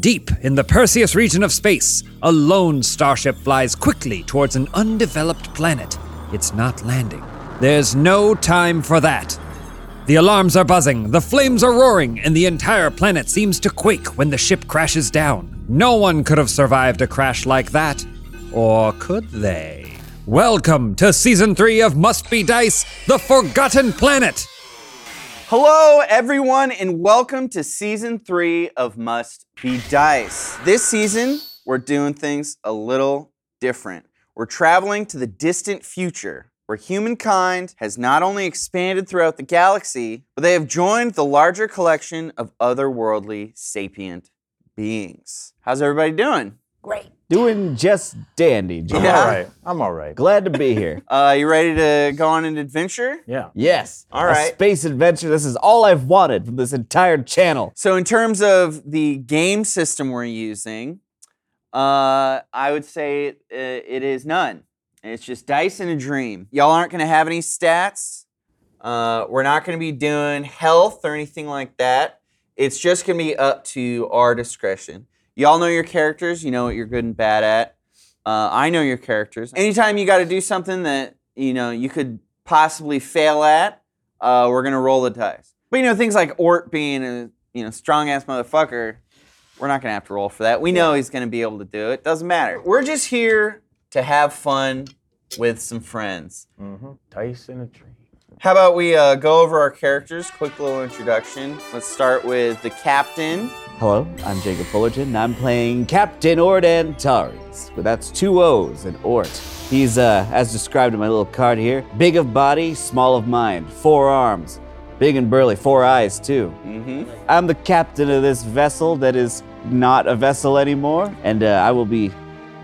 Deep in the Perseus region of space, a lone starship flies quickly towards an undeveloped planet. It's not landing. There's no time for that. The alarms are buzzing, the flames are roaring, and the entire planet seems to quake when the ship crashes down. No one could have survived a crash like that. Or could they? Welcome to Season 3 of Must Be Dice The Forgotten Planet! Hello, everyone, and welcome to season three of Must Be Dice. This season, we're doing things a little different. We're traveling to the distant future where humankind has not only expanded throughout the galaxy, but they have joined the larger collection of otherworldly sapient beings. How's everybody doing? Great. Doing just dandy, Jim. Yeah. All right. I'm all right. Glad to be here. Uh, you ready to go on an adventure? Yeah. Yes. All a right. space adventure. This is all I've wanted from this entire channel. So, in terms of the game system we're using, uh, I would say it, it is none. It's just dice and a dream. Y'all aren't going to have any stats. Uh, we're not going to be doing health or anything like that. It's just going to be up to our discretion. Y'all know your characters. You know what you're good and bad at. Uh, I know your characters. Anytime you got to do something that you know you could possibly fail at, uh, we're gonna roll the dice. But you know things like Ort being a you know strong ass motherfucker, we're not gonna have to roll for that. We know he's gonna be able to do it. Doesn't matter. We're just here to have fun with some friends. Mm-hmm. Dice in a tree. How about we uh, go over our characters? Quick little introduction. Let's start with the captain. Hello, I'm Jacob Fullerton, and I'm playing Captain Ort Antares. But that's two O's in Ort. He's, uh, as described in my little card here, big of body, small of mind, four arms, big and burly, four eyes, too. Mm-hmm. I'm the captain of this vessel that is not a vessel anymore, and uh, I will be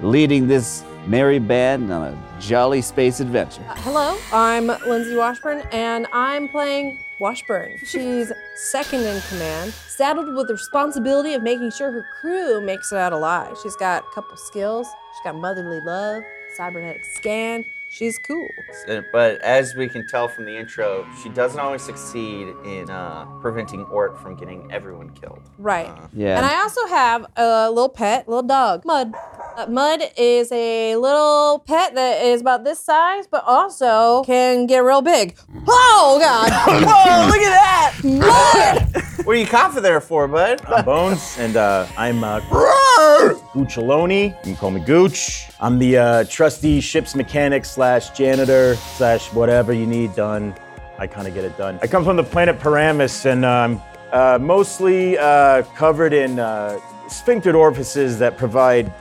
leading this merry band on a jolly space adventure. Hello, I'm Lindsay Washburn, and I'm playing Washburn. She's second in command, saddled with the responsibility of making sure her crew makes it out alive. She's got a couple skills. She's got motherly love, cybernetic scan. She's cool. But as we can tell from the intro, she doesn't always succeed in uh, preventing Ort from getting everyone killed. Right. Yeah. And I also have a little pet, little dog, Mud. Uh, Mud is a little pet that is about this size, but also can get real big. Oh God! Whoa! Look at that, Mud! What are you coughing there for, bud? I'm Bones, and uh, I'm uh, Gucciolone. You can call me Gooch. I'm the uh, trusty ship's mechanic slash janitor slash whatever you need done. I kind of get it done. I come from the planet Paramus, and I'm uh, mostly uh, covered in uh, sphinctered orifices that provide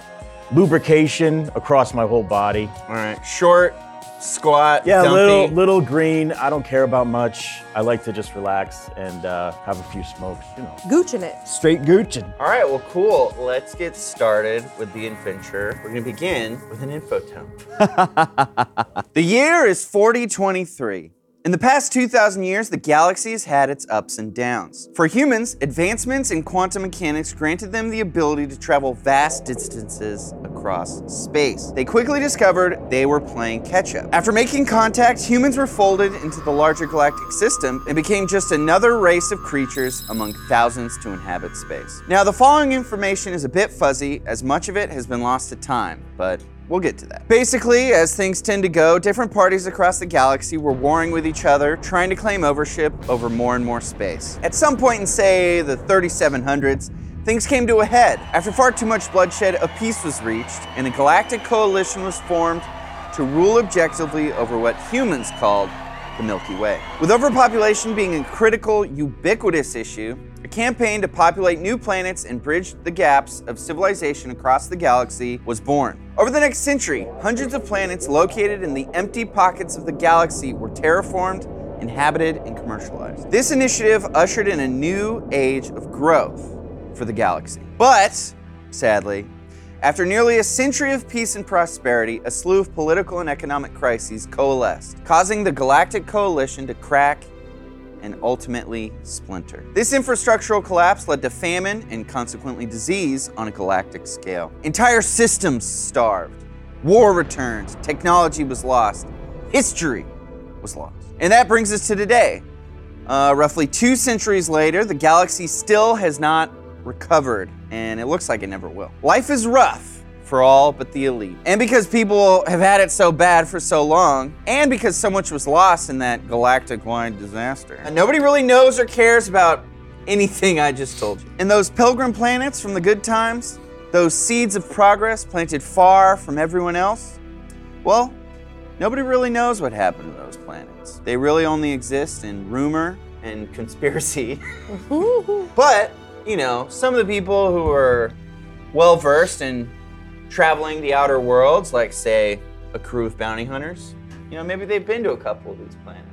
lubrication across my whole body. All right, short, squat, Yeah, dumpy. little little green. I don't care about much. I like to just relax and uh, have a few smokes. You know. Gooching it. Straight Gucci. All right, well, cool. Let's get started with the adventure. We're gonna begin with an info tome. the year is 4023. In the past 2,000 years, the galaxy has had its ups and downs. For humans, advancements in quantum mechanics granted them the ability to travel vast distances across space. They quickly discovered they were playing catch up. After making contact, humans were folded into the larger galactic system and became just another race of creatures among thousands to inhabit space. Now, the following information is a bit fuzzy, as much of it has been lost to time, but We'll get to that. Basically, as things tend to go, different parties across the galaxy were warring with each other, trying to claim ownership over more and more space. At some point in, say, the 3700s, things came to a head. After far too much bloodshed, a peace was reached, and a galactic coalition was formed to rule objectively over what humans called the Milky Way. With overpopulation being a critical, ubiquitous issue, a campaign to populate new planets and bridge the gaps of civilization across the galaxy was born. Over the next century, hundreds of planets located in the empty pockets of the galaxy were terraformed inhabited, and commercialized. This initiative ushered in a new age of growth for the galaxy. But, sadly, after nearly a century of peace and prosperity, a slew of political and economic crises coalesced, causing the Galactic Coalition to crack and ultimately splinter. This infrastructural collapse led to famine and consequently disease on a galactic scale. Entire systems starved, war returned, technology was lost, history was lost. And that brings us to today. Uh, roughly two centuries later, the galaxy still has not recovered, and it looks like it never will. Life is rough for all but the elite. And because people have had it so bad for so long, and because so much was lost in that galactic wide disaster, and nobody really knows or cares about anything I just told you. And those pilgrim planets from the good times, those seeds of progress planted far from everyone else, well, Nobody really knows what happened to those planets. They really only exist in rumor and conspiracy. but, you know, some of the people who are well versed in traveling the outer worlds, like, say, a crew of bounty hunters, you know, maybe they've been to a couple of these planets.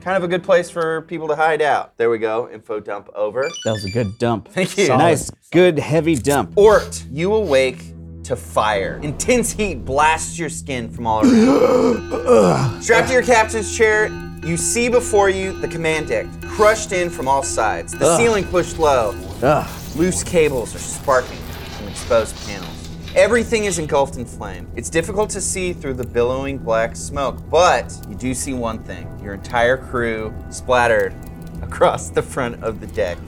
Kind of a good place for people to hide out. There we go, info dump over. That was a good dump. Thank you. Nice, good, heavy dump. Ort, you awake to fire. Intense heat blasts your skin from all around. Strapped to your captain's chair, you see before you the command deck crushed in from all sides, the ceiling pushed low. Ugh. Loose cables are sparking from exposed panels. Everything is engulfed in flame. It's difficult to see through the billowing black smoke, but you do see one thing your entire crew splattered across the front of the deck.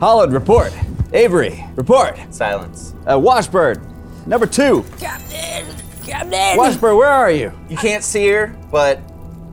Holland, report. Avery, report. Silence. Uh, Washburn, number two. Captain! Captain! Washburn, where are you? You can't see her, but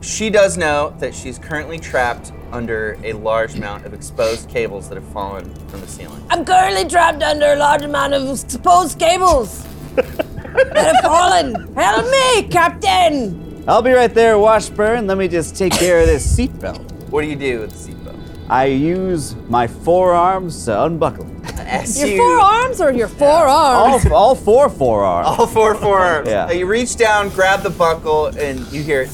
she does know that she's currently trapped under a large amount of exposed cables that have fallen from the ceiling. I'm currently trapped under a large amount of exposed cables that have fallen. Help me, Captain! I'll be right there, Washburn. Let me just take care of this seatbelt. What do you do with the seatbelt? I use my forearms to unbuckle. it. As Your you- forearms or your forearms? All, all four forearms. All four forearms. Yeah. Uh, You reach down, grab the buckle, and you hear it.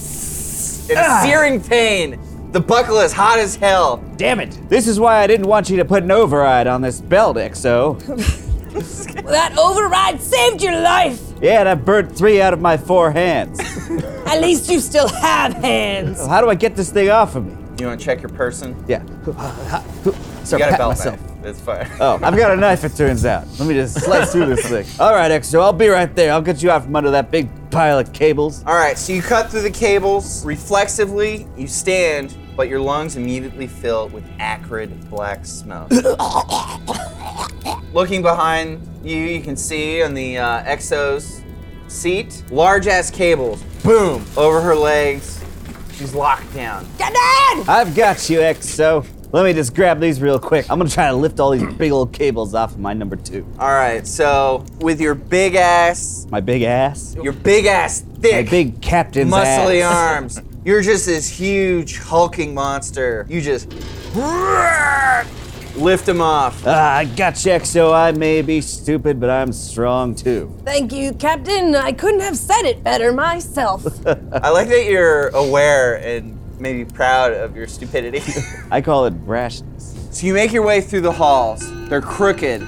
In Ah. a searing pain, the buckle is hot as hell. Damn it. This is why I didn't want you to put an override on this belt, XO. That override saved your life! Yeah, and I burnt three out of my four hands. At least you still have hands. How do I get this thing off of me? You want to check your person? Yeah. You Start got a patting belt myself. knife. That's fine. Oh, I've got a knife, it turns out. Let me just slice through this thing. All right, XO, I'll be right there. I'll get you out from under that big pile of cables. All right, so you cut through the cables. Reflexively, you stand, but your lungs immediately fill with acrid black smoke. Looking behind you, you can see on the uh, Exo's seat, large ass cables, boom, over her legs. She's locked down. Captain! I've got you, XO. Let me just grab these real quick. I'm gonna try to lift all these big old cables off of my number two. All right, so with your big ass, My big ass. your big ass, My thick, big captain's muscly ass. arms, you're just this huge hulking monster. You just lift him off. Ah, I got you, XO. I may be stupid, but I'm strong too. Thank you, Captain. I couldn't have said it better myself. I like that you're aware and maybe proud of your stupidity. I call it brashness. so you make your way through the halls. They're crooked,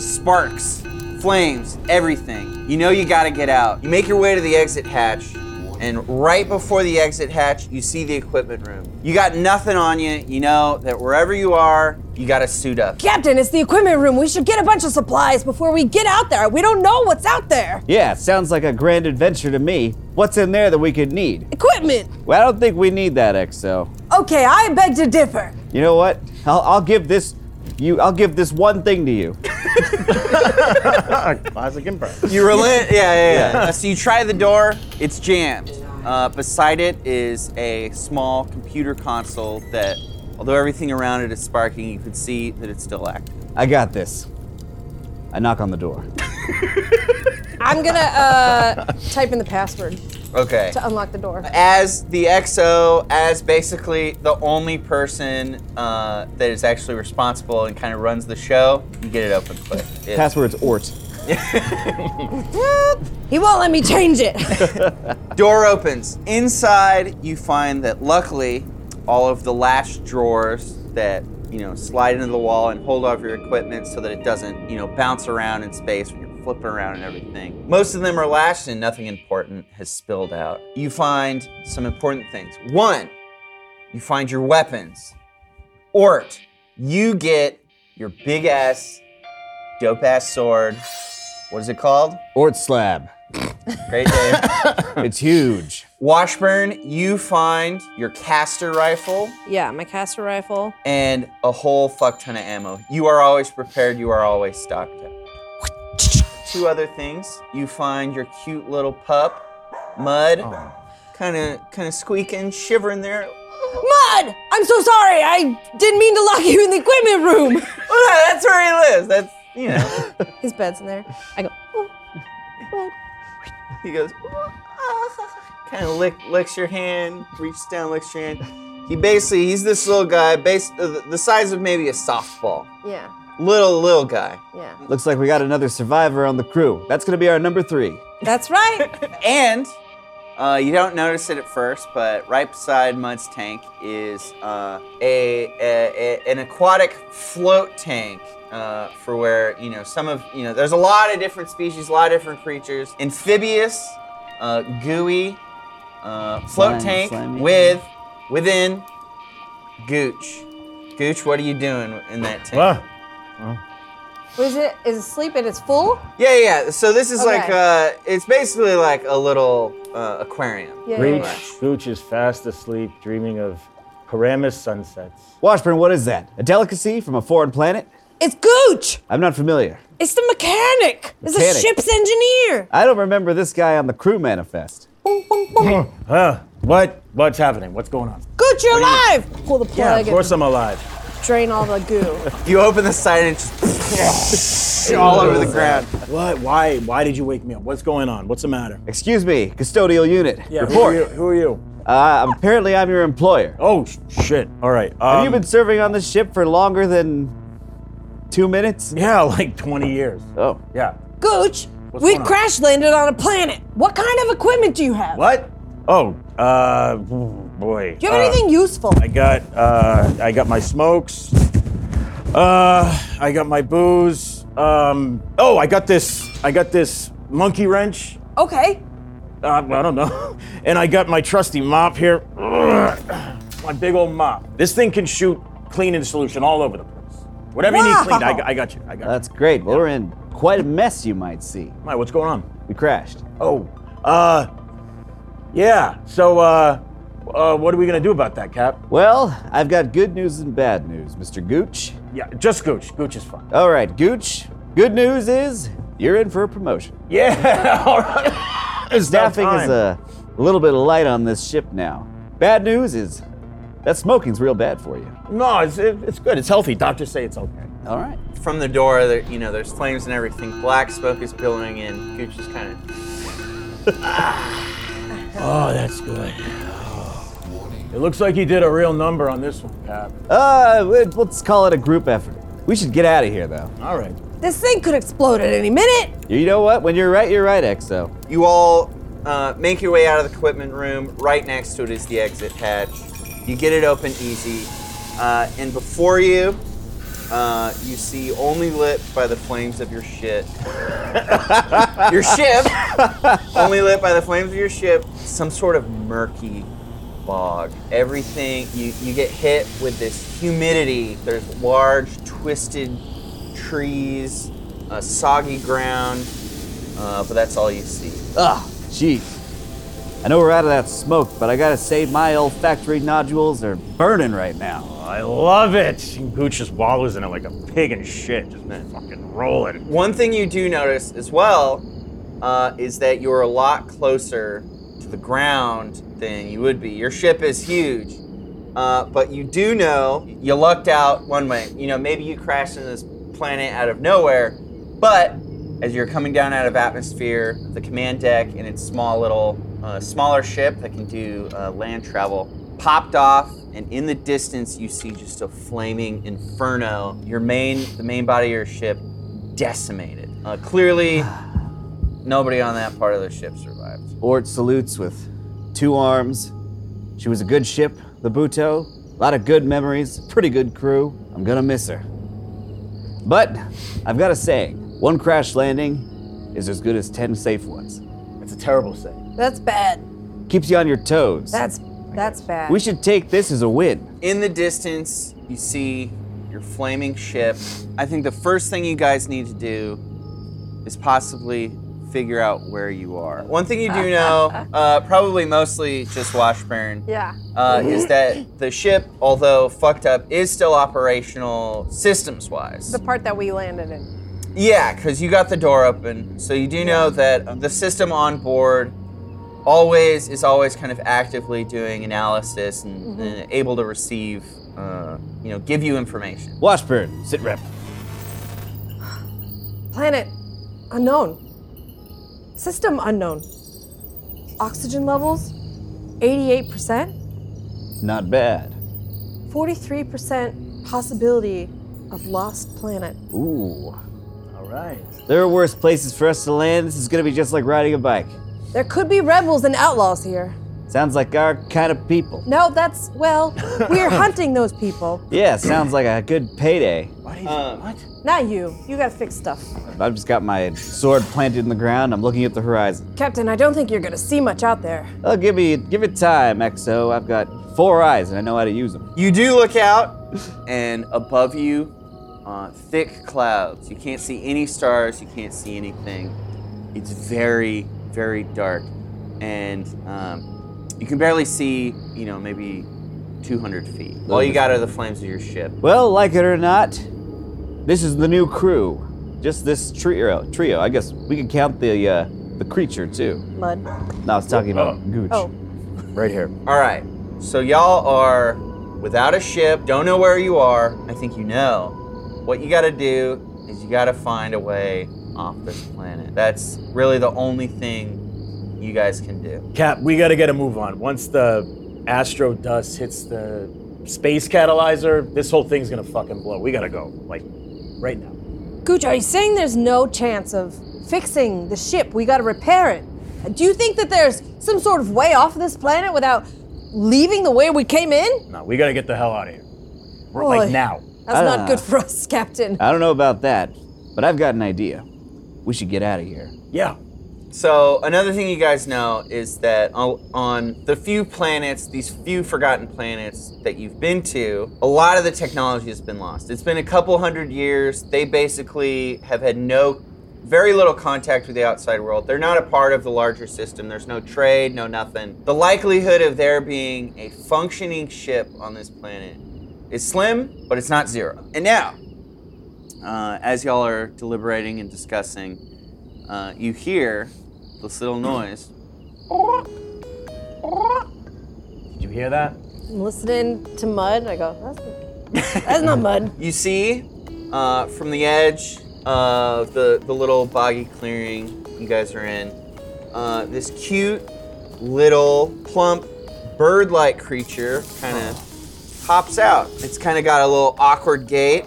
sparks, flames, everything. You know you gotta get out. You make your way to the exit hatch, and right before the exit hatch, you see the equipment room. You got nothing on you. You know that wherever you are, you gotta suit up. Captain, it's the equipment room. We should get a bunch of supplies before we get out there. We don't know what's out there. Yeah, sounds like a grand adventure to me. What's in there that we could need? Equipment. Well, I don't think we need that, XO. Okay, I beg to differ. You know what? I'll, I'll give this you. I'll give this one thing to you. Classic improv. You relent? Yeah, yeah, yeah. Uh, so you try the door, it's jammed. Uh, beside it is a small computer console that, although everything around it is sparking, you can see that it's still active. I got this. I knock on the door. I'm gonna uh, type in the password Okay. to unlock the door. As the XO, as basically the only person uh, that is actually responsible and kind of runs the show, you get it open quick. It- Password's Ort. He won't let me change it. Door opens. Inside, you find that luckily, all of the latch drawers that you know slide into the wall and hold off your equipment so that it doesn't you know bounce around in space when you're flipping around and everything. Most of them are latched and nothing important has spilled out. You find some important things. One, you find your weapons. Ort, you get your big ass, dope ass sword. What is it called? Ort slab. Great day. It's huge. Washburn, you find your caster rifle Yeah, my caster rifle. and a whole fuck ton of ammo. You are always prepared, you are always stocked up. Two other things. You find your cute little pup, Mud, kind of kind of squeaking, shivering there. Mud! I'm so sorry. I didn't mean to lock you in the equipment room. Well, Oh, no, that's where he lives. That's you know. His bed's in there. I go. Oh, Mud. he goes, kind of lick, licks your hand, reaches down, licks your hand. He basically he's this little guy, base uh, the- the size of maybe a softball, Yeah, little little guy. yeah. Looks like we got another survivor on the crew. That's gonna be our number three. That's right. And uh, you don't notice it at first, but right beside Mud's tank is uh, a, a, a- an aquatic float tank uh, for where you know some of you know there's a lot of different species, a lot of different creatures, amphibious, uh, gooey, uh, float Slime- tank slimy. with within gooch. Gooch, what are you doing in that tank? Ah, Was it? Is it sleep and it's full? Yeah, yeah. yeah. So this is like Okay. uh, it's basically like a little uh, aquarium. Yeah, yeah, Reach, yeah. Gooch is fast asleep, dreaming of Paramus sunsets. Washburn, what is that? A delicacy from a foreign planet? It's Gooch. I'm not familiar. It's the mechanic. It's the Mechanic. ship's engineer. I don't remember this guy on the crew manifest. Boom, boom, boom. Huh? What? What's happening? What's going on? Gooch, you're alive. Pull the plug Yeah, of and course I'm alive. drain all the goo. You open the side and it's just all over the ground. What? Why? Why did you wake me up? What's going on? What's the matter? Excuse me, custodial unit. Yeah, who are Report. you? Who are you? Uh, apparently, I'm your employer. Oh sh- shit! All right. Have Um, you been serving on this ship for longer than two minutes? Yeah, like 20 years. Oh, Yeah. Gooch, What's we going on? crash landed on a planet. What kind of equipment do you have? What? Oh, uh, boy. Do you have Uh, anything useful? I got, uh, I got my smokes. Uh, I got my booze. Um, oh, I got this, I got this monkey wrench. Okay. Uh, I don't know. And I got my trusty mop here. My big old mop. This thing can shoot cleaning solution all over the place. Whatever you need cleaned, I, got- I got you. I got that's great. Well, we're in quite a mess, you might see. you. Mike, what's going on? We crashed. Oh, uh, yeah. So, uh, uh, what are we gonna do about that, Cap? Well, I've got good news and bad news, Mr. Gooch. Yeah, just Gooch. Gooch is fine. All right, Gooch. Good news is you're in for a promotion. Yeah, all right. It's about Staffing is time. a little bit light on this ship now. Bad news is that smoking's real bad for you. no. It's it, it's good. It's healthy. Doctors say it's okay. All right. From the door, there, you know, there's flames and everything. Black smoke is billowing in. Gooch is kind of. Oh, that's good. It looks like you did a real number on this one, Cap. Uh, let- let's call it a group effort. We should get out of here, though. All right. This thing could explode at any minute. You know what? When you're right, you're right, Exo. You all uh, make your way out of the equipment room. Right next to it is the exit hatch. You get it open easy, uh, and before you, uh, you see only lit by the flames of your shit. your ship, only lit by the flames of your ship. Some sort of murky fog. Everything you you get hit with this humidity. There's large twisted trees, uh, soggy ground, uh, but that's all you see. Ah, jeez. I know we're out of that smoke, but I gotta say my olfactory nodules are burning right now. I love it. And Gooch just wallows in it like a pig in shit, just fucking rolling. One thing you do notice as well uh, is that you're a lot closer to the ground than you would be. Your ship is huge, uh, but you do know you lucked out one way. You know, maybe you crashed on this planet out of nowhere, but as you're coming down out of atmosphere, the command deck and its small little, uh, smaller ship that can do uh, land travel popped off. And in the distance, you see just a flaming inferno. Your main, the main body of your ship, decimated. Uh, clearly, Nobody on that part of the ship survived. Ort salutes with two arms. She was a good ship, the Buto. A lot of good memories, pretty good crew. I'm gonna miss her. But I've got a saying one crash landing is as good as 10 safe ones. It's a terrible thing. That's bad. Keeps you on your toes. That's that's bad. we should take this as a win. In the distance, you see your flaming ship. I think the first thing you guys need to do is possibly figure out where you are. One thing you do know, uh, probably mostly just Washburn, Yeah. uh, is that the ship, although fucked up, is still operational systems wise. The part that we landed in. Yeah, because you got the door open. So you do know that um, the system on board always is always kind of actively doing analysis and, and able to receive, uh, you know, give you information. Washburn, sit rep. Planet unknown. System unknown. Oxygen levels 88%, Not bad. 43% possibility of lost planet. Ooh. All right. There are worse places for us to land. This is gonna be just like riding a bike. There could be rebels and outlaws here. Sounds like our kind of people. No, that's, well, we're hunting those people. Yeah, sounds like a good payday. What? Is, what? Not you. You gotta fix stuff. I've just got my sword planted in the ground. I'm looking at the horizon. Captain, I don't think you're gonna see much out there. Oh, give me, give it time, XO. I've got four eyes and I know how to use them. You do look out, and above you, uh, thick clouds. You can't see any stars. You can't see anything. It's very, very dark, and um, you can barely see. You know, maybe 200 feet. All you got are the flames of your ship. Well, like it or not, this is the new crew. Just this trio. Trio. I guess we could count the uh, the creature too. Mud. No, I was talking about Gooch. Oh, Right here. All right. So y'all are without a ship, don't know where you are. I think you know. What you got to do is you got to find a way off this planet. That's really the only thing you guys can do. Cap, we gotta get a move on. Once the astro dust hits the space catalyzer, this whole thing's gonna fucking blow. We gotta go, like, right now. Gooch, are you saying there's no chance of fixing the ship? We gotta repair it. Do you think that there's some sort of way off this planet without leaving the way we came in? No, we gotta get the hell out of here. We're Oy. like now. That's Ah. not good for us, Captain. I don't know about that, but I've got an idea. We should get out of here. Yeah. So another thing you guys know is that on- on the few planets, these few forgotten planets that you've been to, a lot of the technology has been lost. It's been a couple hundred years. They basically have had no very little contact with the outside world. They're not a part of the larger system. There's no trade, no nothing. The likelihood of there being a functioning ship on this planet is slim, but it's not zero. And now, uh, as y'all are deliberating and discussing, uh, you hear this little noise. Did you hear that? I'm listening to Mud, I go, that's, that's not Mud. You see uh, from the edge of the, the little boggy clearing you guys are in, uh, this cute little plump bird like creature kind of pops out. It's kind of got a little awkward gait.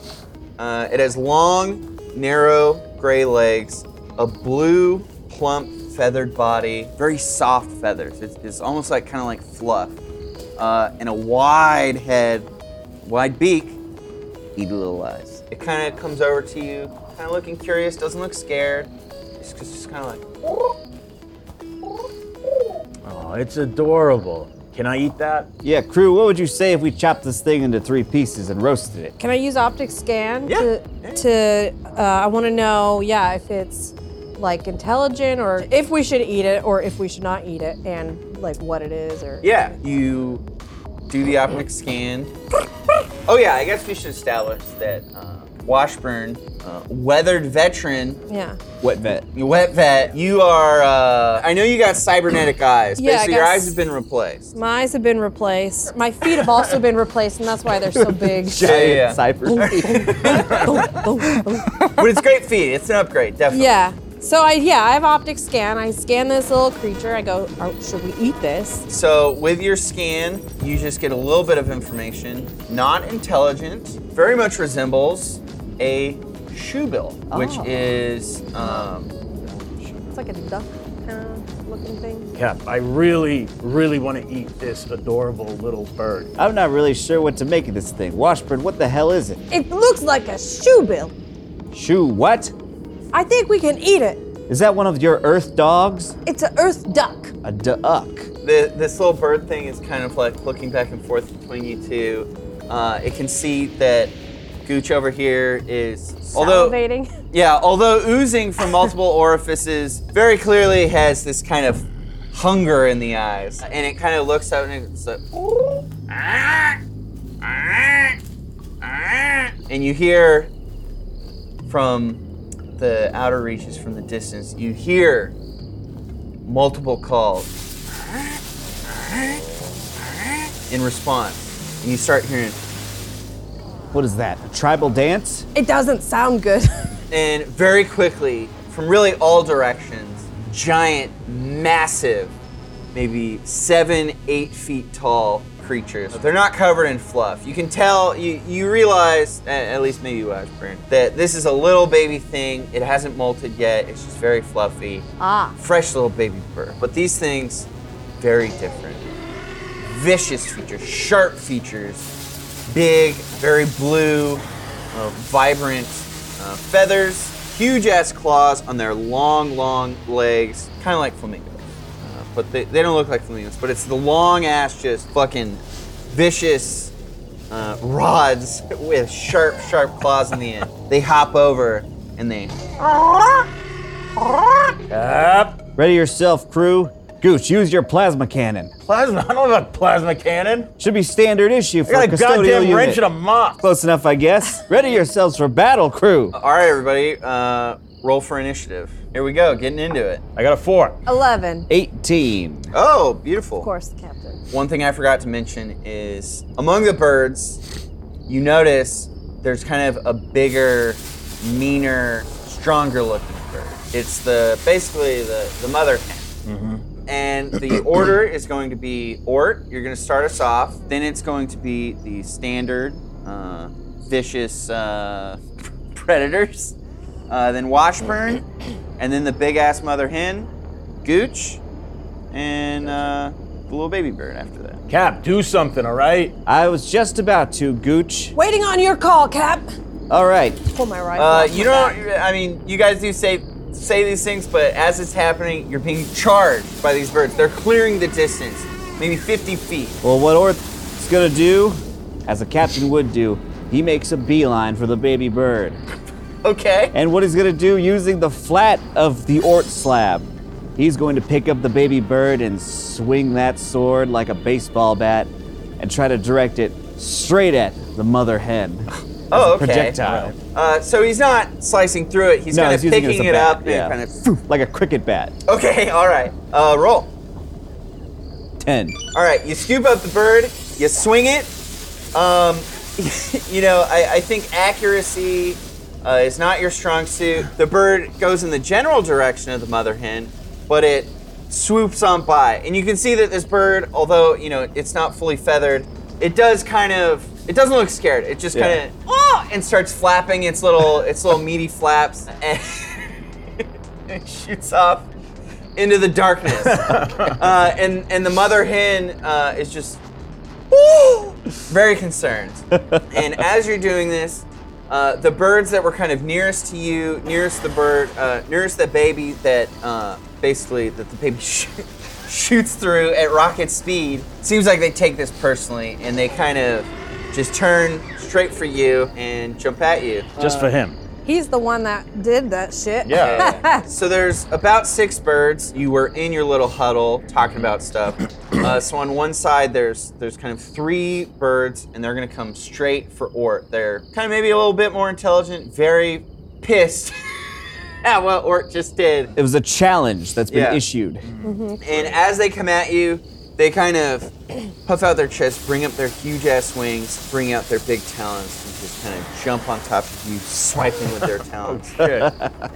Uh, it has long, narrow gray legs, a blue, plump, feathered body, very soft feathers. It's, it's almost like kind of like fluff, uh, and a wide head, wide beak eat little eyes. It kind of comes over to you, kind of looking curious, doesn't look scared. It's just, kind of like, Oh, it's adorable. Can I eat that? Yeah, crew, what would you say if we chopped this thing into three pieces and roasted it? Can I use optic scan Yeah. to, to uh, I want to know, yeah, if it's like intelligent or if we should eat it or if we should not eat it and like what it is or yeah. You do the optic scan. oh, yeah, I guess we should establish that uh, Washburn, uh, weathered veteran, yeah. Wet vet. you wet vet, you are, uh, I know you got cybernetic eyes. Yeah, I Basically, your got eyes s- have been replaced. My eyes have been replaced. My feet have also been replaced, and that's why they're so big. Yeah, yeah, yeah. Cypher. but it's great feed. It's an upgrade, definitely. yeah. So I yeah, I have optic scan. I scan this little creature. I go, oh, should we eat this? So with your scan, you just get a little bit of information. Not intelligent. Very much resembles a shoebill, which is um, It's like a duck kind of looking thing. Cap, I really, really want to eat this adorable little bird. I'm not really sure what to make of this thing. Washburn, what the hell is it? It looks like a shoebill. Shoo, what? I think we can eat it. Is that one of your earth dogs? It's an earth duck. A duck. the, this little bird thing is kind of like looking back and forth between you two. Uh, it can see that Gooch over here is Salivating. yeah, although oozing from multiple orifices, very clearly has this kind of hunger in the eyes, and it kind of looks out and it's like, "Ooh, ah, ah, ah." and you hear from the outer reaches, from the distance, you hear multiple calls in response, and you start hearing. What is that? A tribal dance? It doesn't sound good. and very quickly, from really all directions, giant, massive, maybe seven, eight feet tall creatures. They're not covered in fluff. You can tell, you, you realize, a- at least maybe you, Ashburn, that this is a little baby thing. It hasn't molted yet. It's just very fluffy. ah. Fresh little baby bird. But these things, very different. Vicious features, sharp features, big, very blue, uh, vibrant uh, feathers, huge ass claws on their long, long legs, kind of like flamingos. Uh, but they, they don't look like flamingos, but it's the long ass, just fucking vicious uh, rods with sharp, sharp claws in the end. They hop over and they Yep. Ready yourself, crew. Gooch, use your plasma cannon. Plasma. I don't have a plasma cannon. Should be standard issue for I got a custodial goddamn unit. wrench and a mop. Close enough, I guess. Ready yourselves for battle, crew. All right, everybody, uh, roll for initiative. Here we go, getting into it. I got a four. 11. 18. Oh, beautiful. Of course, the captain. One thing I forgot to mention is among the birds, you notice there's kind of a bigger, meaner, stronger looking bird. It's the basically the, the mother hen. And the order is going to be Ort, you're going to start us off. Then it's going to be the standard uh, vicious uh, predators. Uh, then Washburn. And then the big ass mother hen, Gooch. And uh, the little baby bird after that. Cap, do something, all right? I was just about to, Gooch. Waiting on your call, Cap. All right. Pull my rifle. Uh, off you my don't. back. I mean, you guys do say say these things, but as it's happening, you're being charged by these birds. They're clearing the distance, maybe 50 feet. Well, what Orth's gonna do, as a captain would do, he makes a beeline for the baby bird. Okay. And what he's gonna do using the flat of the Ort slab, he's going to pick up the baby bird and swing that sword like a baseball bat and try to direct it straight at the mother hen. as a Oh, okay. Projectile. Uh, so he's not slicing through it. He's No, kind he's of using it as picking a it bat, up yeah. and kind Like a cricket bat. of. Okay. All right. Uh, roll. 10. All right. You scoop up the bird. You swing it. Um, you know, I, I think accuracy uh, is not your strong suit. The bird goes in the general direction of the mother hen, but it swoops on by. And you can see that this bird, although, you know, it's not fully feathered, it does kind of, it doesn't look scared. It just Yeah. kind of, oh, and starts flapping its little, its little meaty flaps and it shoots off into the darkness. uh, and, and the mother hen uh, is just, very concerned. and as you're doing this, uh, the birds that were kind of nearest to you, nearest the bird, uh, nearest the baby that uh, basically that the baby shoot, shoots through at rocket speed, seems like they take this personally and they kind of just turn straight for you and jump at you. Just for him. He's the one that did that shit. Yeah. so there's about six birds. You were in your little huddle talking about stuff. Uh, so on one side, there's there's kind of three birds, and they're gonna come straight for Ort. They're kind of maybe a little bit more intelligent, very pissed at what Ort just did. It was a challenge that's been Yeah. issued. And as they come at you, they kind of puff out their chest, bring up their huge ass wings, bring out their big talons, and just kind of jump on top of you, swiping with their talons.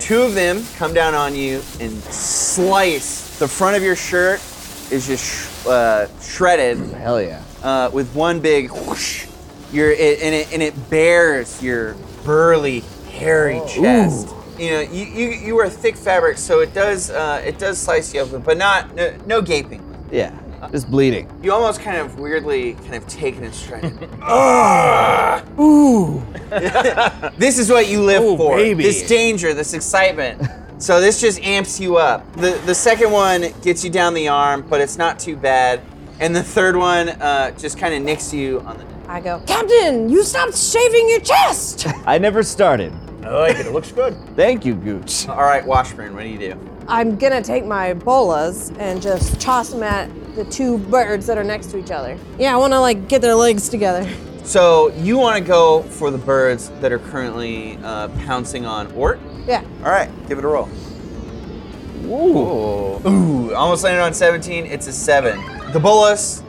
Two of them come down on you and slice. The front of your shirt is just sh- uh, shredded Hell yeah. uh, with one big whoosh. Your it, and it and it bears your burly, hairy chest. You know, you, you you wear thick fabric, so it does uh, it does slice you open, but not no, no gaping. Yeah. Just bleeding. You almost kind of weirdly kind of take it and stride. Ooh. this is what you live Ooh, for. baby. This danger, this excitement. So this just amps you up. The the second one gets you down the arm, but it's not too bad. And the third one uh, just kind of nicks you on the neck. I I go, Captain, you stopped shaving your chest! I never started. I like it. It looks good. Thank you, Gooch. All right, Washburn, what do you do? I'm gonna take my bolas and just toss them at the two birds that are next to each other. Yeah, I wanna like get their legs together. So you want to go for the birds that are currently uh, pouncing on Ort? Yeah. All right, give it a roll. Oh. Ooh. Ooh, almost landed on 17. It's a 7. The bullets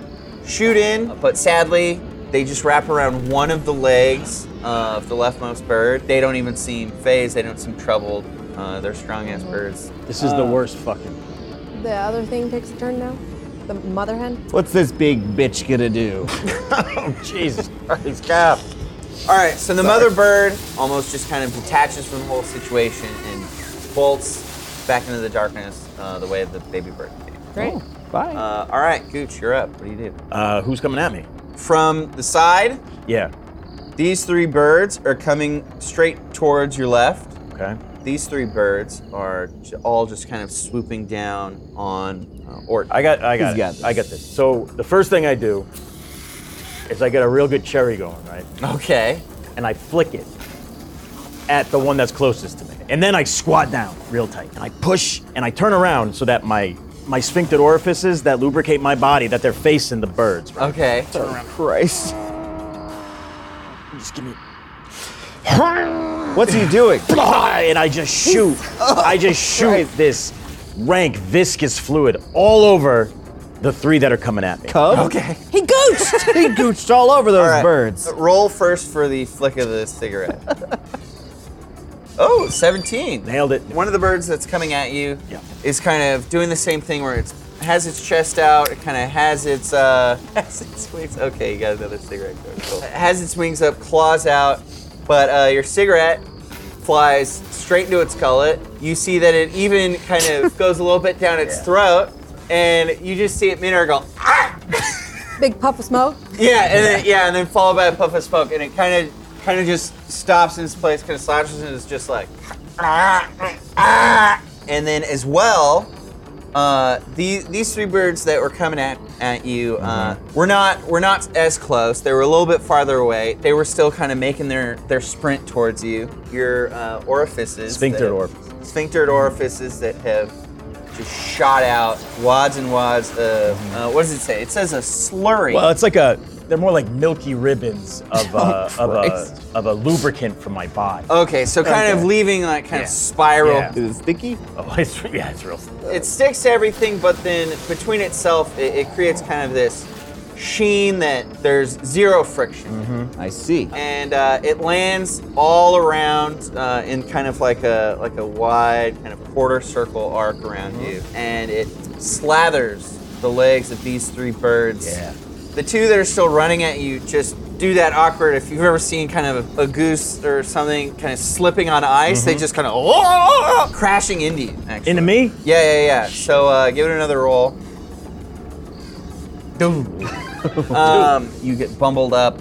shoot in, but sadly, they just wrap around one of the legs of the leftmost bird. They don't even seem phased, they don't seem troubled. Uh, they're strong ass birds. This is the Uh, worst fucking. The other thing takes a turn now? The mother hen? What's this big bitch gonna do? Jesus Christ, Cap. All right, so the mother bird almost just kind of detaches from the whole situation and bolts back into the darkness uh, the way the baby bird came. Great. Bye. Uh, all right, Gooch, you're up. What do you do? Uh, who's coming at me? From the side, Yeah. these three birds are coming straight towards your left. Okay. These three birds are j- all just kind of swooping down on uh, Ort. I got. I got. He's It. got this. I got this. So the first thing I do is I get a real good cherry going, right? okay. And I flick it at the one that's closest to me, and then I squat down real tight, and I push, and I turn around so that my my sphincter orifices that lubricate my body that they're facing the birds. Right? Okay. Christ. Just give me. What's he doing? and I just shoot. I just shoot this rank viscous fluid all over the three that are coming at me. Cub? Okay. He gooched! He gooched all over those All right. birds. Roll first for the flick of the cigarette. oh, 17. Nailed it. One of the birds that's coming at you Yeah. is kind of doing the same thing where it's has its chest out. It kind of has its uh, has its wings. Okay, you got another cigarette. Card. Cool. It has its wings up, claws out, but uh, your cigarette flies straight into its gullet. You see that it even kind of goes a little bit down its throat, and you just see it midair go. Ah! Big puff of smoke. Yeah, and then yeah, and then followed by a puff of smoke, and it kind of kind of just stops in its place, kind of slouches, and it's just like, "Ah, ah." and then as well, uh, these these three birds that were coming at at you uh, were not were not as close. They were a little bit farther away. They were still kind of making their their sprint towards you. Your uh, orifices, Sphincter that- orifices. sphinctered orifices that have just shot out wads and wads of uh, what does it say? It says a slurry. Well, it's like a. They're more like milky ribbons of a, of Oh, Christ. Oh. a of a lubricant for my body. Okay, so kind of leaving that kind of Yeah. spiral. Yeah. Is it sticky? Oh, it's, yeah, it's real. It sticks to everything, but then between itself, it, it creates kind of this sheen that there's zero friction. Mm-hmm. I see. And uh, it lands all around uh, in kind of like a like a wide kind of quarter circle arc around you, and it slathers the legs of these three birds. Yeah. The two that are still running at you just do that awkward. If you've ever seen kind of a, a goose or something kind of slipping on ice, they just kind of crashing into you. Actually. Into me? Yeah, yeah, yeah. So uh, give it another roll. Um, you get bumbled up.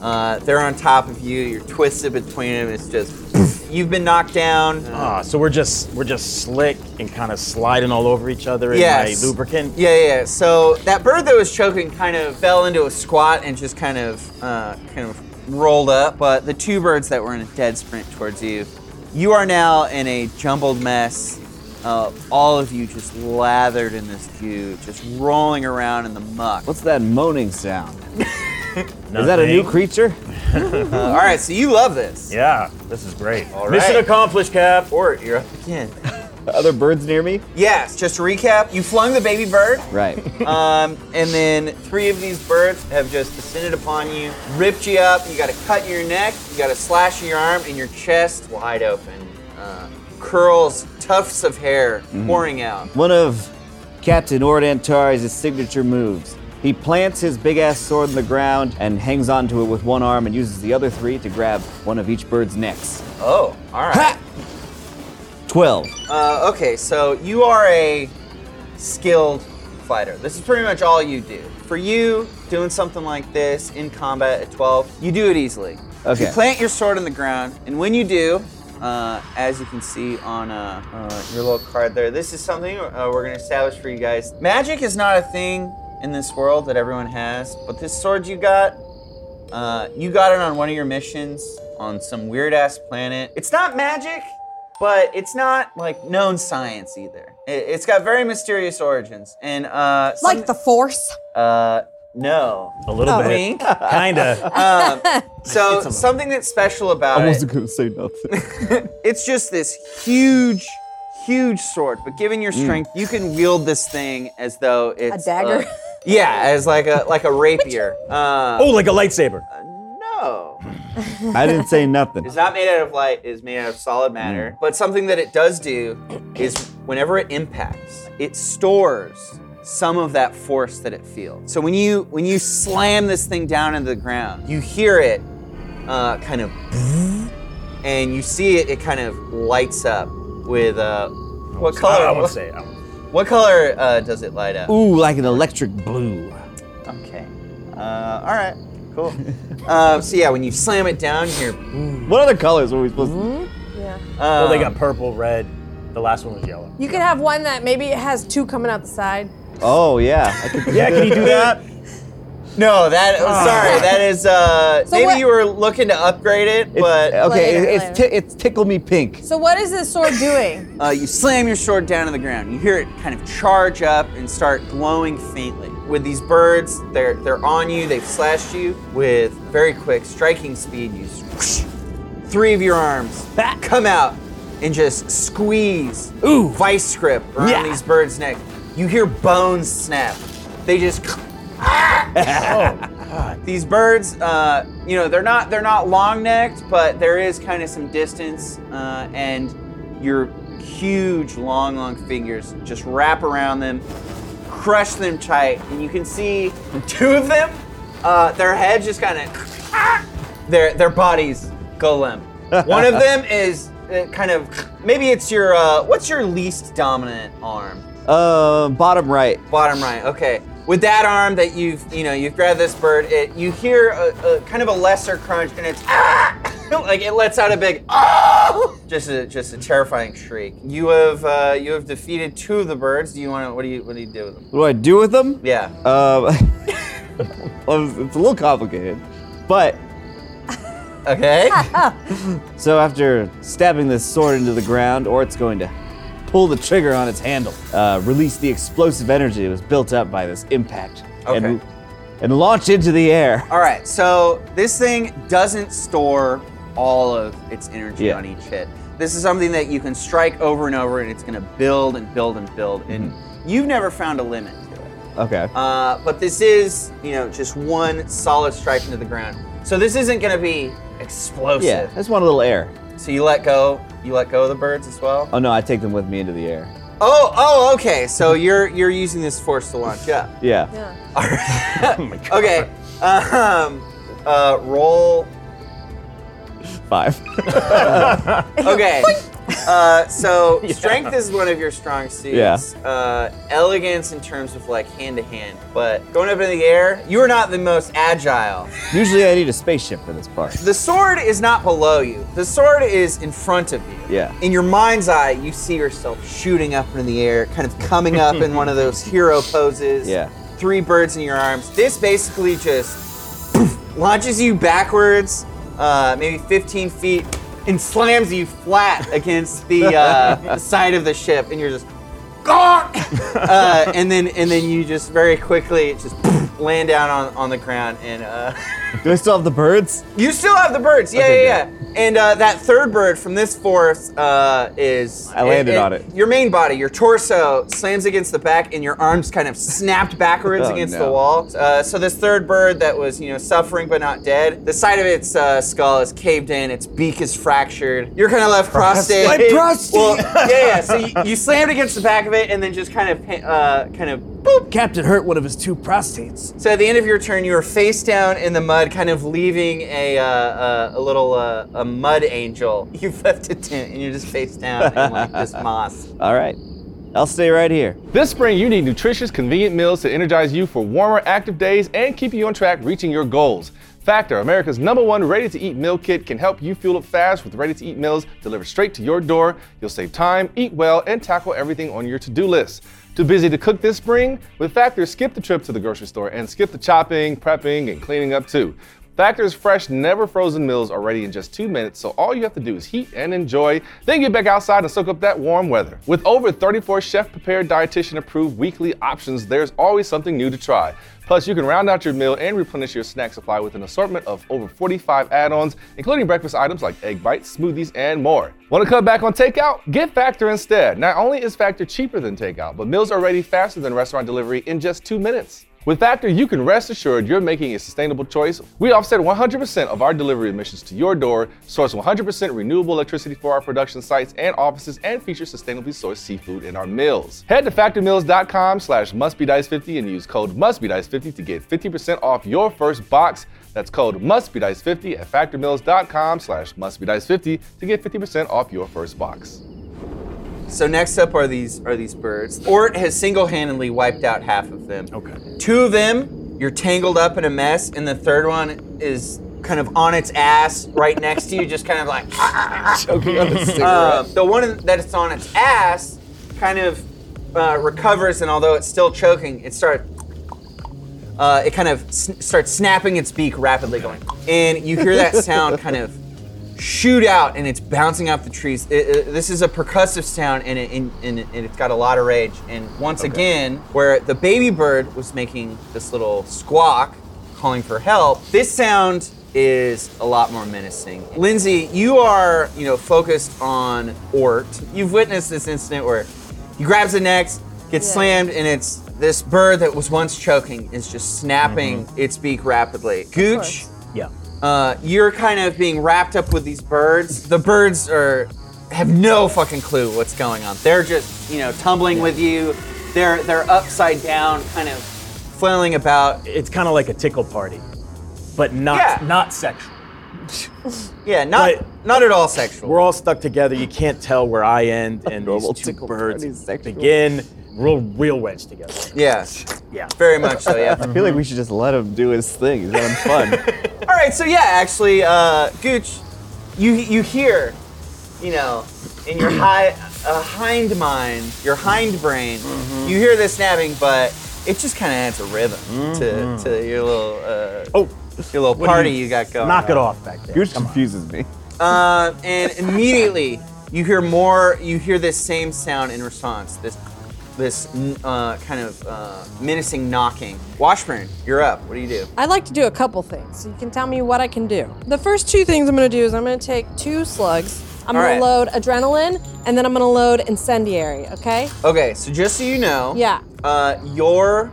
Uh, they're on top of you. You're twisted between them. It's just you've been knocked down. Ah, so we're just we're just slick and kind of sliding all over each other Yes. in my lubricant. Yeah, yeah. yeah. So that bird that was choking kind of fell into a squat and just kind of, uh, kind of rolled up. But the two birds that were in a dead sprint towards you, you are now in a jumbled mess. Uh, all of you just lathered in this goo, just rolling around in the muck. Uh, What's that moaning sound? Nothing. Is that a new creature? Uh, all right, so you love this. Yeah, this is great. All Mission right. accomplished, Cap. Or you're up again. Other birds near me? Yes, just to recap, you flung the baby bird. Right. Um, and then three of these birds have just descended upon you, ripped you up. You got a cut in your neck, you got a slash in your arm, and your chest wide open. Uh, curls, tufts of hair pouring out. One of Captain Ord Antares' signature moves. He plants his big ass sword in the ground and hangs onto it with one arm and uses the other three to grab one of each bird's necks. Oh, all right. 12. Uh, okay, so you are a skilled fighter. This is pretty much all you do. For you, doing something like this in combat at 12, you do it easily. Okay. You plant your sword in the ground, and when you do, uh, as you can see on uh, uh, your little card there, this is something uh, we're going to establish for you guys. Magic is not a thing in this world that everyone has, but this sword you got, Uh, you got it on one of your missions on some weird ass planet. It's not magic, but it's not like known science either. It, it's got very mysterious origins, and uh, some- Like the Force. uh, no, A little Oh. bit. wink. Kinda. Uh, Um, so something that's special about it. gonna say nothing. It's just this huge, huge sword. But given Mm. your strength, you can wield this thing as though it's uh, dagger? yeah, as like a like a rapier. Uh, Oh, like a lightsaber. no, I didn't say nothing. it's not made out of light. It's made out of solid matter. Mm. But something that it does do is whenever it impacts, it stores some of that force that it feels. So when you when you slam this thing down into the ground, you hear it uh, kind of and you see it, it kind of lights up with uh, what Oh. color? I won't what, say it. I won't- color uh, does it light up? Ooh, like an electric blue. Okay. Uh, all right. Cool. uh, so yeah, when you slam it down, here. What other colors were we supposed to? Yeah. Well, they got purple, red. The last one was yellow. You could have one that maybe it has two coming out the side. Oh yeah. I could- Yeah, can you do that? No, that. oh, Sorry, that is. Uh, maybe what- you were looking to upgrade it, It's- but okay, Later, it's ti it's tickle me pink. So what is this sword doing? uh, you slam your sword down to the ground. You hear it kind of charge up and start glowing faintly. With these birds, they're they're on you. They've slashed you with very quick striking speed. You swoosh, three of your arms come out and just squeeze Ooh. vice grip around Yeah. these birds' neck. You hear bones snap. They just Oh, these birds, uh, you know, they're not they're not long necked, but there is kind of some distance, uh, and your huge long long fingers just wrap around them, crush them tight, and you can see two of them, uh, their heads just kind of their their bodies go limp. One of them is uh, kind of maybe it's your uh, what's your least dominant arm? Uh, bottom right. Bottom right. Okay. With that arm that you've, you know, you've grabbed this bird, it, you hear a, a kind of a lesser crunch, and it's like it lets out a big ah, just a just a terrifying shriek. You have uh, you have defeated two of the birds. Do you want to? What do you what do you do with them? What do I do with them? Yeah. Um, it's a little complicated, but Okay. so after stabbing this sword into the ground, or it's going to pull the trigger on its handle, uh, release the explosive energy that was built up by this impact, and, Okay. and launch into the air. All right, so this thing doesn't store all of its energy Yeah. on each hit. This is something that you can strike over and over, and it's going to build and build and build. And Mm-hmm. you've never found a limit to it. Okay. Uh, but this is, you know, just one solid strike into the ground. So this isn't going to be yeah, explosive. that's one little air. So you let go. You let go of the birds as well. Oh no, I take them with me into the air. Oh, oh, okay. So you're you're using this force to launch up. Yeah. Yeah. All right. Oh my god. okay. Um, uh, roll Five. Okay. Uh, so strength is one of your strong suits. Uh, elegance in terms of like hand to hand, but going up in the air, you are not the most agile. Usually I need a spaceship for this part. The sword is not below you. The sword is in front of you. Yeah. In your mind's eye, you see yourself shooting up into the air, kind of coming up in one of those hero poses. Yeah. Three birds in your arms. This basically just launches you backwards, uh, maybe 15 feet, and slams you flat against the uh, side of the ship, and you're just. uh, and then and then you just very quickly just land down on, on the ground and uh, Do I still have the birds? you still have the birds, yeah, Okay, yeah, yeah. And uh, that third bird from this forest uh, is. I landed on it. Your main body, your torso slams against the back, and your arms kind of snapped backwards Oh, against no. the wall. Uh, so this third bird that was, you know, suffering but not dead, the side of its uh, skull is caved in, its beak is fractured. You're kind of left prostrate. My prostate! Well, yeah, yeah. So you, you slammed against the back of it, and then just kind of, uh, kind of Captain hurt one of his two prostates. so at the end of your turn, you are face down in the mud, kind of leaving a uh, uh, a little uh, a mud angel. You've left a tent, and you're just face down in like this moss. All right. I'll stay right here. This spring, you need nutritious, convenient meals to energize you for warmer, active days and keep you on track reaching your goals. Factor, America's number one ready to eat meal kit, can help you fuel up fast with ready to eat meals delivered straight to your door. You'll save time, eat well, and tackle everything on your to do list. Too busy to cook this spring? With Factor, skip the trip to the grocery store and skip the chopping, prepping, and cleaning up too. Factor's fresh, never frozen meals are ready in just two minutes, so all you have to do is heat and enjoy, then get back outside and soak up that warm weather. With over 34 chef prepared, dietitian approved weekly options, there's always something new to try. Plus, you can round out your meal and replenish your snack supply with an assortment of over 45 add ons, including breakfast items like egg bites, smoothies, and more. Want to cut back on takeout? Get Factor instead. Not only is Factor cheaper than takeout, but meals are ready faster than restaurant delivery in just two minutes. With Factor, you can rest assured you're making a sustainable choice. We offset 100% of our delivery emissions to your door, source 100% renewable electricity for our production sites and offices, and feature sustainably sourced seafood in our meals. Head to factormeals.com slash mustbedice50 and use code mustbedice50 to get 50% off your first box. That's code mustbedice50 at factormeals.com slash mustbedice50 to get 50% off your first box. So next up are these are these birds. Ort has single-handedly wiped out half of them. Okay. Two of them, you're tangled up in a mess, and the third one is kind of on its ass right next to you, just kind of like Choking on a cigarette. Uh, the one that it's on its ass kind of uh, recovers, and although it's still choking, it starts. Uh, it kind of sn- starts snapping its beak rapidly, going, and you hear that sound kind of shoot out, and it's bouncing off the trees. It- it- this is a percussive sound, and, it, and, and it- and it's got a lot of rage. And once again, where the baby bird was making this little squawk, calling for help. This sound is a lot more menacing. Lindsay, you are, you know, focused on Ort. You've witnessed this incident where he grabs the necks, gets Yeah. slammed, and it's this bird that was once choking is just snapping Mm-hmm. its beak rapidly. Gooch, course. Yeah. uh, you're kind of being wrapped up with these birds. The birds are have no fucking clue what's going on. They're just you know tumbling with you. They're they're upside down, kind of flailing about. It's kind of like a tickle party, but not Yeah. not sexual. Yeah, not But- not at all sexual. We're all stuck together. You can't tell where I end and Normal these two tickle party is birds sexual. begin. Real, real wedged together. Yeah, Yeah. very much so. Yeah. I feel like we should just let him do his thing. He's having fun. all right. So yeah, actually, uh, Gooch, you you hear, you know, in your high uh, hind mind, your hind brain, you hear this snapping, but it just kind of adds a rhythm to, to your little uh, Oh, your little what do party you, got going. Knock on. it off back there. Gooch confuses me. Uh, and immediately you hear more. You hear this same sound in response. This, this uh, kind of uh, menacing knocking. Washburn, you're up. What do you do? I'd like to do a couple things. You can tell me what I can do. The first two things I'm gonna do is I'm gonna take two slugs. I'm All gonna right. load adrenaline and then I'm gonna load incendiary, okay? Okay, so just so you know, Yeah. uh, your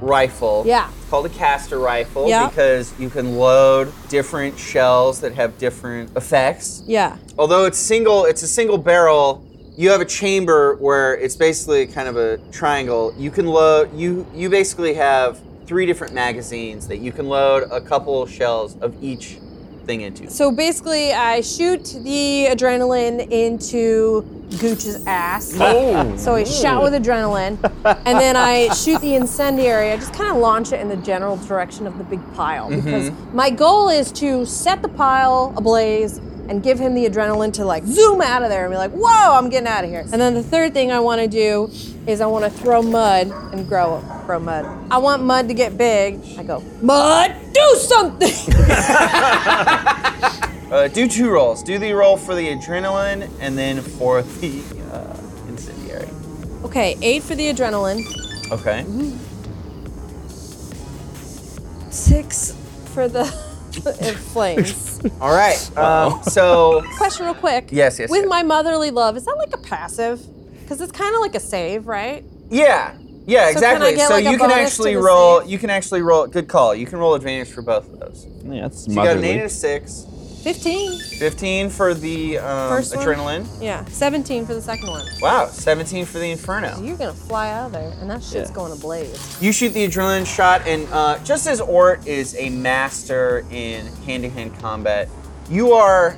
rifle, Yeah. it's called a caster rifle Yeah. because you can load different shells that have different effects. Yeah. Although it's single, it's a single barrel. You have a chamber where it's basically kind of a triangle. You can load you you basically have three different magazines that you can load a couple shells of each thing into. So basically, I shoot the adrenaline into Gooch's ass. So I shot with adrenaline, and then I shoot the incendiary. I just kind of launch it in the general direction of the big pile because my goal is to set the pile ablaze and give him the adrenaline to like zoom out of there and be like, "Whoa, I'm getting out of here." And then the third thing I want to do is I want to throw mud and grow grow mud. I want mud to get big. I go, "Mud, do something." Uh, do two rolls. Do the roll for the adrenaline and then for the uh, incendiary. Okay, eight for the adrenaline, Okay. six for the flames. All right. Um, so Question, real quick. Yes, yes, With yes. my motherly love, is that like a passive? Because it's kind of like a save, right? yeah, yeah, So can I exactly. get, so like, a you can bonus to actually the roll. save? You can actually roll. Good call. You can roll advantage for both of those. So Yeah, that's you got an motherly. eight and a six. 15. 15 for the um, First one? adrenaline. Yeah, 17 for the second one. Wow, 17 for the inferno. You're gonna fly out of there, and that shit's Yeah. going ablaze. You shoot the adrenaline shot, and uh, just as Ort is a master in hand-to-hand combat, you are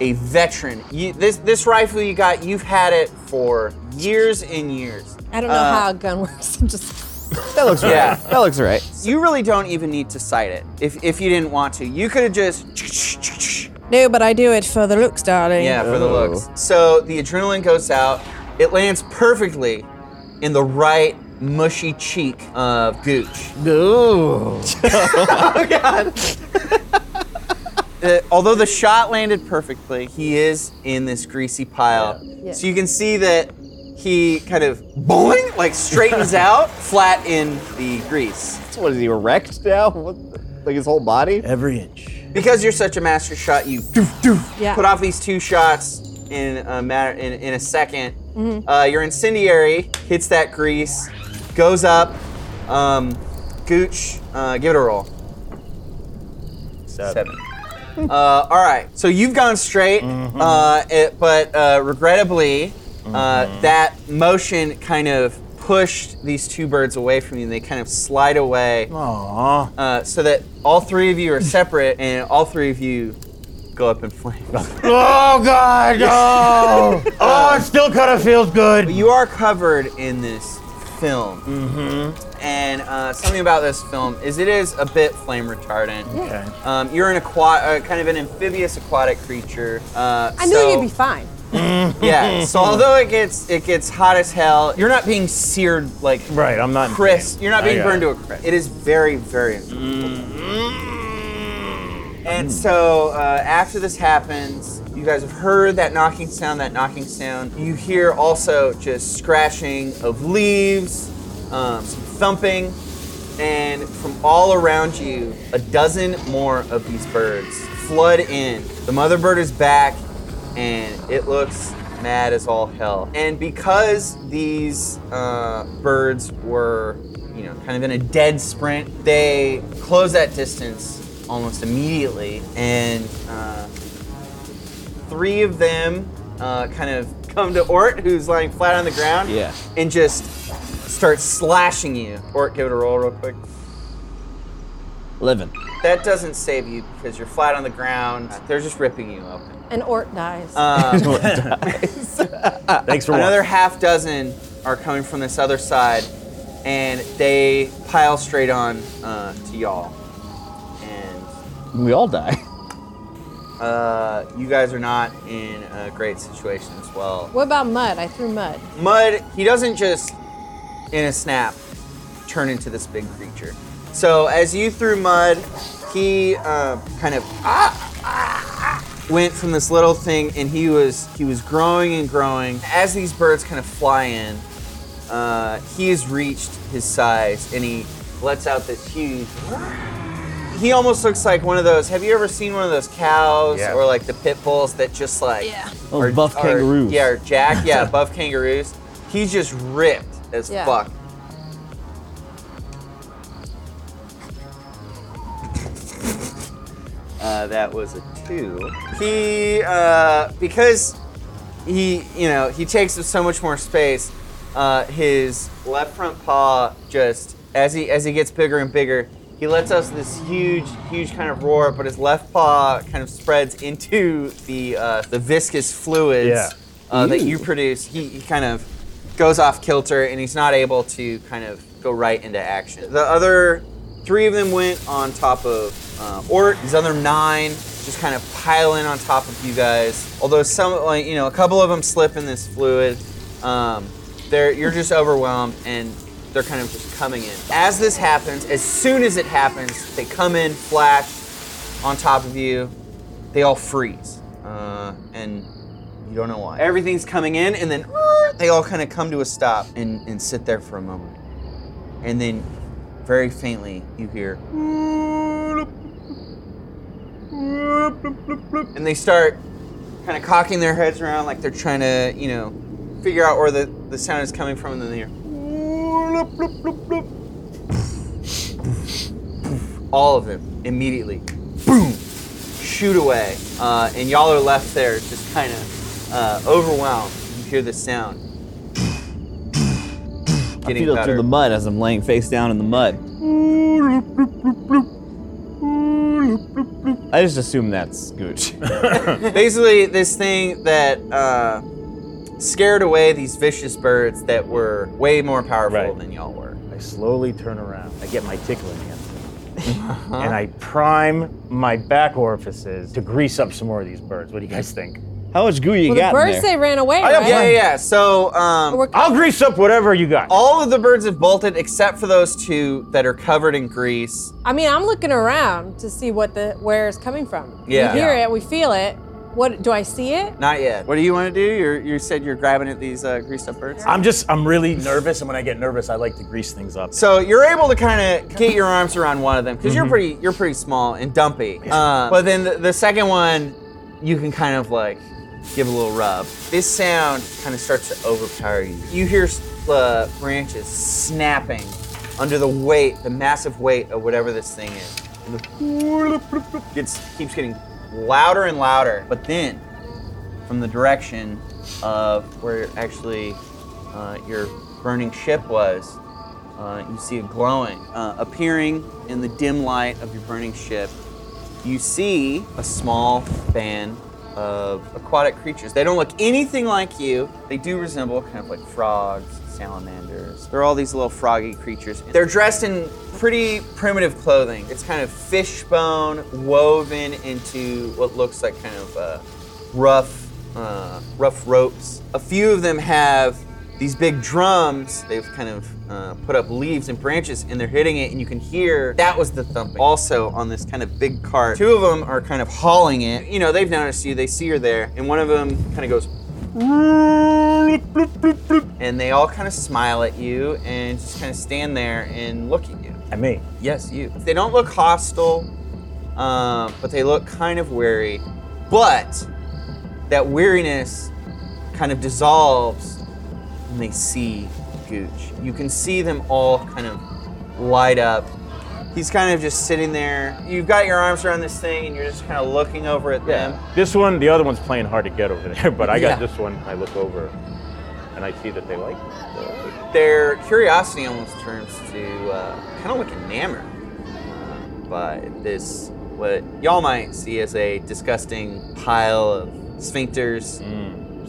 a veteran. You, this this rifle you got, you've had it for years and years. I don't know Uh, how a gun works. I'm just. That looks right. Yeah. That looks right. You really don't even need to sight it if, if you didn't want to. You could have just No, but I do it for the looks, darling. Yeah, for the Oh. looks. So the adrenaline goes out. It lands perfectly in the right mushy cheek of Gooch. Ooh. oh, God. the, although the shot landed perfectly, he is in this greasy pile. Yeah. So you can see that he kind of boing, like straightens out, flat in the grease. What is he erect now? What, like his whole body? Every inch. Because you're such a master shot, you doof, doof, Yeah. put off these two shots in a matter in, in a 2nd Uh, your incendiary hits that grease, goes up. Um, Gooch, uh, give it a roll. Seven. Seven. uh, all right. So you've gone straight, uh, it- but uh, regrettably, uh, that motion kind of pushed these two birds away from you, and they kind of slide away, Oh. Aww. uh, so that all three of you are separate, and all three of you go up in flames. Oh god, no! oh, it still kind of feels good. you are covered in this film. Mm-hmm. And uh, something about this film is it is a bit flame retardant. Okay. Um, you're an aqua- uh, kind of an amphibious aquatic creature. Uh, I knew so- you'd be fine. Yeah. So although it gets it gets hot as hell, you're not being seared like Right, I'm not. in crisp. You're not I uh, being got burned it. to a crisp. It is very very. uncomfortable. And so uh, after this happens, you guys have heard that knocking sound. That knocking sound. You hear also just scratching of leaves, um, some thumping, and from all around you, a dozen more of these birds flood in. The mother bird is back and it looks mad as all hell. And because these uh, birds were, you know, kind of in a dead sprint, they close that distance almost immediately, and uh, three of them uh, kind of come to Ort, who's lying flat on the ground, Yeah. and just start slashing you. Ort, give it a roll real quick. Eleven. That doesn't save you because you're flat on the ground. They're just ripping you open. And Ort dies. Um, Thanks for Another watching. half dozen are coming from this other side, and they pile straight on uh, to y'all. And We all die. uh, you guys are not in a great situation as well. what about Mud? I threw Mud. Mud, he doesn't just, in a snap, turn into this big creature. So as you threw Mud, he uh, kind of ah, ah, ah, went from this little thing, and he was he was growing and growing. As these birds kind of fly in, uh, he has reached his size, and he lets out this huge. He almost looks like one of those. Have you ever seen one of those cows Yeah. or like the pit bulls that just like Those buff kangaroos. yeah, or Jack. Yeah, buff kangaroos. He's just ripped as Yeah. fuck. Uh, that was a two. He uh, because he you know he takes up so much more space. Uh, his left front paw just as he as he gets bigger and bigger, he lets out this huge huge kind of roar. But his left paw kind of spreads into the uh, the viscous fluids Yeah. uh, that you Ooh. produce. He, he kind of goes off kilter and he's not able to kind of go right into action. The other three of them went on top of uh, Ort. These other nine just kind of pile in on top of you guys. Although some, like, you know, a couple of them slip in this fluid. Um, they're, you're just overwhelmed and they're kind of just coming in. As this happens, as soon as it happens, they come in, flash on top of you. They all freeze. Uh, and you don't know why. Everything's coming in, and then they all kind of come to a stop and, and sit there for a moment. And then, very faintly, you hear. And they start kind of cocking their heads around like they're trying to, you know, figure out where the, the sound is coming from, and then they hear. All of them immediately shoot away, uh, and y'all are left there just kind of uh, overwhelmed. You hear the sound. I feel through the mud as I'm laying face down in the mud. I just assume that's Gooch. Basically, this thing that uh, scared away these vicious birds that were way more powerful Right. than y'all were. I slowly turn around. I get my tickling in. Uh-huh. And I prime my back orifices to grease up some more of these birds. What do you guys think? How much goo you Well, the got birds in there? they ran away, I got right? Yeah, yeah, yeah. So um, We're- I'll grease up whatever you got. all of the birds have bolted except for those two that are covered in grease. I mean, I'm looking around to see what the where it's coming from. Yeah. We hear Yeah. it, we feel it. What do I see it? Not yet. What do you want to do? You're, you said you're grabbing at these uh, greased up birds. I'm just, I'm really nervous, and when I get nervous, I like to grease things up. So you're able to kind of get your arms around one of them because you're Mm-hmm. pretty you're pretty small and dumpy. Uh, but then the, the second one, you can kind of like give a little rub. This sound kind of starts to overpower you. You hear uh, branches snapping under the weight, the massive weight of whatever this thing is. And the gets keeps getting louder and louder. But then, from the direction of where actually uh, your burning ship was, uh, you see a glowing uh, appearing in the dim light of your burning ship. You see a small fan of aquatic creatures. They don't look anything like you. They do resemble kind of like frogs, salamanders. They're all these little froggy creatures. They're dressed in pretty primitive clothing. It's kind of fishbone woven into what looks like kind of uh, rough, uh, rough ropes. A few of them have these big drums, they've kind of uh, put up leaves and branches and they're hitting it, and you can hear that was the thumping. Also, on this kind of big cart, two of them are kind of hauling it. You know, they've noticed you, they see you're there, and one of them kind of goes, and they all kind of smile at you and just kind of stand there and look at you. At me. Yes, you. They don't look hostile, um, but they look kind of weary. But that weariness kind of dissolves when they see Gooch. You can see them all kind of light up. He's kind of just sitting there. You've got your arms around this thing, and you're just kind of looking over at them. This one, the other one's playing hard to get over there, but I got Yeah. this one. I look over, and I see that they like me. Their curiosity almost turns to uh, kind of like enamored uh, by this, what y'all might see as a disgusting pile of sphincters.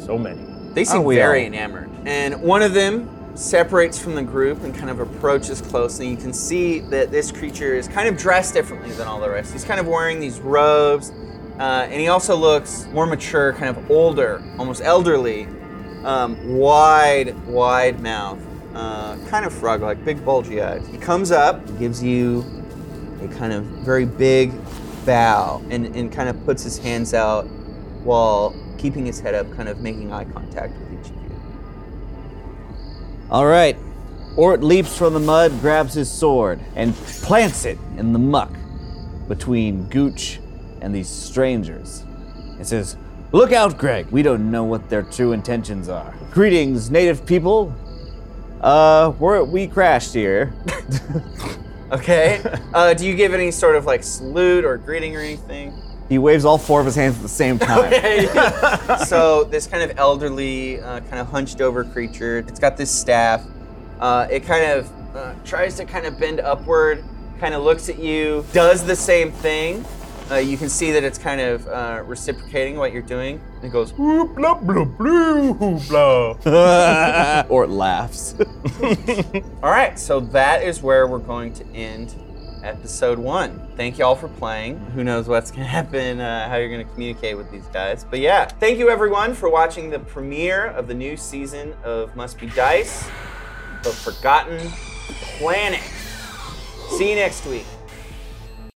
So many. They seem Aren't we very all? enamored. And one of them separates from the group and kind of approaches closely. You can see that this creature is kind of dressed differently than all the rest. He's kind of wearing these robes, uh, and he also looks more mature, kind of older, almost elderly. Um, wide, wide mouth, uh, kind of frog like, big bulgy eyes. He comes up, gives you a kind of very big bow and, and kind of puts his hands out while keeping his head up, kind of making eye contact with each of you. All right. Ort leaps from the mud, grabs his sword, and plants it in the muck between Gooch and these strangers. It says, Look out, Greg. We don't know what their true intentions are. Greetings, native people. Uh, we're, we crashed here. Okay. uh, do you give any sort of like salute or greeting or anything? He waves all four of his hands at the same time. so this kind of elderly, uh, kind of hunched over creature. It's got this staff. Uh, it kind of uh, tries to kind of bend upward. Kind of looks at you. Does the same thing. Uh, you can see that it's kind of uh, reciprocating what you're doing. It goes. Bloop, bloop, bloop, bloop, bloop. Ort laughs. All right, so that is where we're going to end episode one. Thank y'all for playing. Who knows what's going to happen, uh, how you're going to communicate with these guys. But yeah, thank you everyone for watching the premiere of the new season of Must Be Dice, The Forgotten Planet. See you next week.